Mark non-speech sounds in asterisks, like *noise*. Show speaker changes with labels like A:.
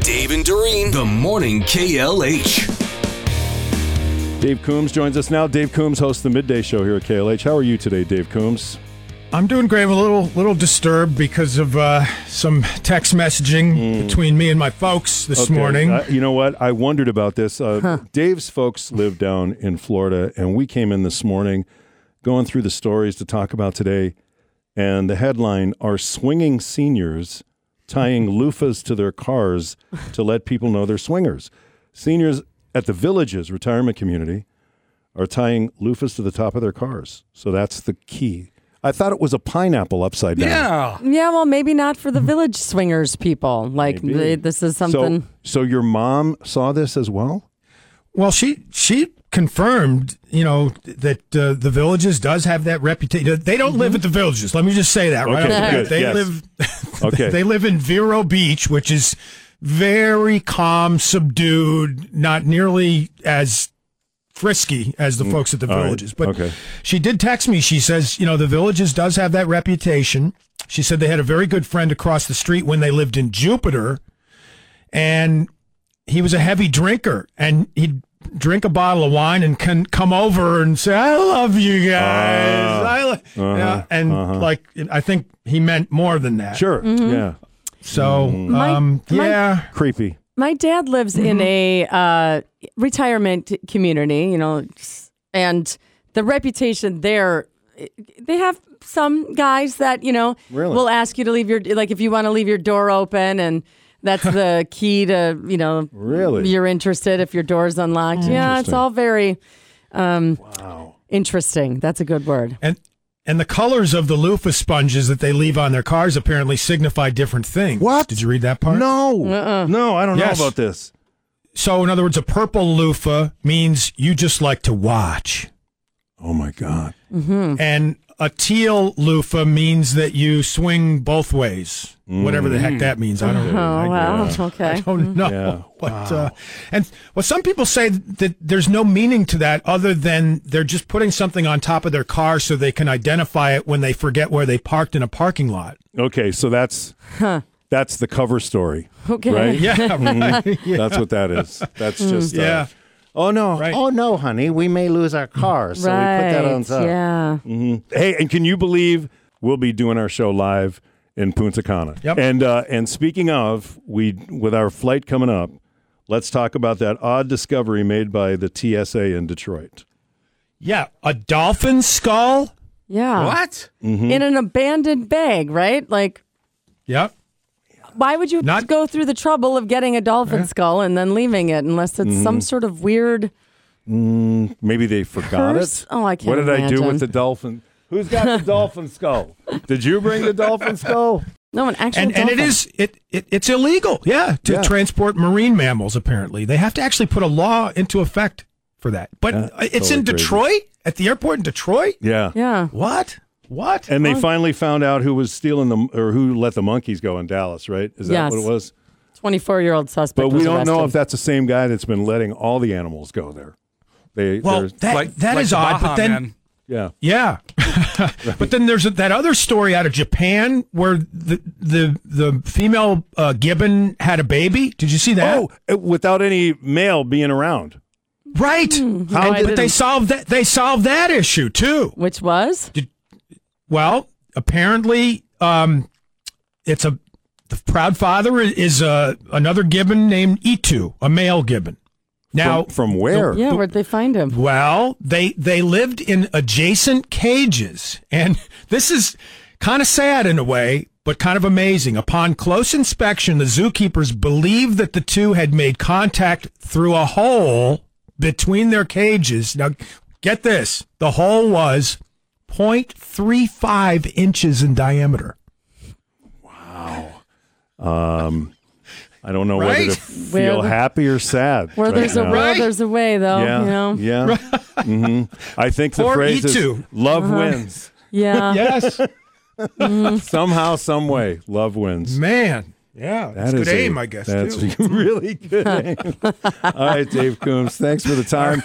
A: Dave and Doreen, the morning KLH.
B: Dave Coombs joins us now. Dave Coombs hosts the midday show here at KLH. How are you today, Dave Coombs?
C: I'm doing great. I'm a little little disturbed because of uh, some text messaging between me and my folks this
B: Hmm. Okay,
C: morning.
B: uh, you know what? I wondered about this. Uh, Dave's folks live down in Florida, and we came in this morning going through the stories to talk about today. And the headline are swinging seniors tying loofahs to their cars to let people know they're swingers. Seniors at the villages retirement community are tying loofahs to the top of their cars. So that's the key. I thought it was a pineapple upside down.
D: Yeah, well, maybe not for the village swingers people. Like
B: Mm-hmm. Maybe.
D: they, this is something.
B: So, so your mom saw this as well?
C: Well, she she confirmed, you know, that uh, the villages does have that reputation. They don't live at the villages. Let me just say that right.
B: Mm-hmm. Okay,
C: off
B: good,
C: the bat. They
B: yes.
C: live. *laughs*
B: Okay.
C: They live in Vero Beach, which is very calm, subdued, not nearly as frisky as the folks at the
B: Mm. right,
C: villages. But
B: okay.
C: she did text me. She says, you know, the villages does have that reputation. She said they had a very good friend across the street when they lived in Jupiter, and he was a heavy drinker, and he'd drink a bottle of wine and can come over and say, "I love you guys,"
B: Ah,
C: I lo-"
B: uh-huh,
C: Yeah, and
B: uh-huh.
C: like I think he meant more than that.
B: Sure.
D: Mm-hmm.
B: Mm. Yeah.
C: So,
D: My-
C: um,
D: my-
C: yeah,
B: Creepy.
D: My dad lives in
B: Mm-hmm.
D: a uh, retirement community, you know, and the reputation there. They have some guys that you know
B: Really?
D: will ask you to leave your like if you want to leave your door open, and
B: *laughs*
D: that's the key to you know
B: Really? Mm.
D: you're interested if your door's unlocked. Yeah, it's
B: Interesting.
D: all very. Um, Interesting. That's a good word.
C: and and the colors of the loofah sponges that they leave on their cars apparently signify different things.
B: What?
C: did you read that part?
B: No.
D: Uh-uh.
B: No, I don't
C: Yes.
B: know about this.
C: So, in other words, a purple loofah means you just like to watch,
B: Oh my God.
C: and a teal loofah means that you swing both ways, whatever the heck that means. I don't.
D: Oh,
C: I,
D: wow.
C: I
D: Okay. Mm-hmm.
C: don't know. *laughs*
B: Yeah.
C: What, uh, and well, some people say that there's no meaning to that other than they're just putting something on top of their car so they can identify it when they forget where they parked in a parking lot. *laughs*
B: Okay, so that's that's the cover story.
D: Okay. Mm.
B: Right?
D: *laughs*
C: Yeah, right.
D: Mm-hmm.
B: That's what that is. That's just uh,
C: yeah.
B: Oh no.
C: Right.
B: Oh no, honey. We may lose our car, so we put that on
D: Right.
B: top.
D: Yeah.
B: Hey, and can you believe we'll be doing our show live in Punta Cana?
C: Yep.
B: And uh, and speaking of, we with our flight coming up, let's talk about that odd discovery made by the TSA in Detroit.
C: Yeah, a dolphin skull.
D: Yeah. What?
C: Mm-hmm.
D: In an abandoned bag, right? Like,
C: Yep.
D: why would you
C: Not- Uh-huh.
D: go through the trouble of getting a dolphin skull and then leaving it unless it's
C: Mm-hmm.
D: some sort of weird.
B: Maybe they forgot
D: Curse?
B: it.
D: Oh, I can't
B: What did I do
D: imagine.
B: with the dolphin? Who's got the dolphin skull? Did you bring the dolphin
D: *laughs*
B: skull?
D: No, an actual
C: And, and it
D: dolphin.
C: is it, it it's illegal, yeah, to
B: Yeah.
C: transport marine mammals. Apparently, they have to actually put a law into effect for that. But
B: Yeah,
C: uh, it's
B: totally
C: in
B: crazy.
C: Detroit at the airport in Detroit.
B: Yeah.
D: Yeah.
C: What? What?
B: And they finally found out who was stealing the or who let the monkeys go in Dallas, right? Is that
D: Yes.
B: what it was?
D: 24 year old suspect.
B: But we
D: was
B: don't know
D: arrested.
B: if that's the same guy that's been letting all the animals go there. They
C: well,
B: they're-
C: that that is odd. But then
B: yeah.
C: Yeah, *laughs* but then there's that other story out of Japan where the the the female uh, gibbon had a baby. Did you see that?
B: Oh, uh, without any male being around.
C: right.
B: Hmm.
D: How
C: And-
D: did
C: but they
D: it-
C: solved that. They solved that issue too.
D: Which was?
C: Well, apparently, um, it's a the proud father i- is uh, another gibbon named Itu, a male gibbon. Now,
B: from, from where?
D: Yeah, where'd they find him?
C: well, they they lived in adjacent cages, and *laughs* this is kind of sad in a way, but kind of amazing. Upon close inspection, the zookeepers believed that the two had made contact through a hole between their cages. Now, get this: the hole was 0.35 inches in diameter.
B: Um, I don't know
C: Right?
B: whether to
D: Where
B: feel
D: the-
B: happy or sad.
D: Where
B: right
D: there's a
B: now.
D: will,
C: Right.
D: there's a way, though.
B: Yeah.
D: You know?
B: Yeah. Mhm. I think the
C: Poor
B: phrase is
C: E2.
B: love wins.
D: Yeah.
C: Yes,
B: Somehow, some way, love wins.
C: man. Yeah, that's
B: That
C: good
B: is a-
C: aim, I
B: *laughs*
C: guess.
B: That's
C: too.
B: really good aim. All right, Dave Coombs, thanks for the time.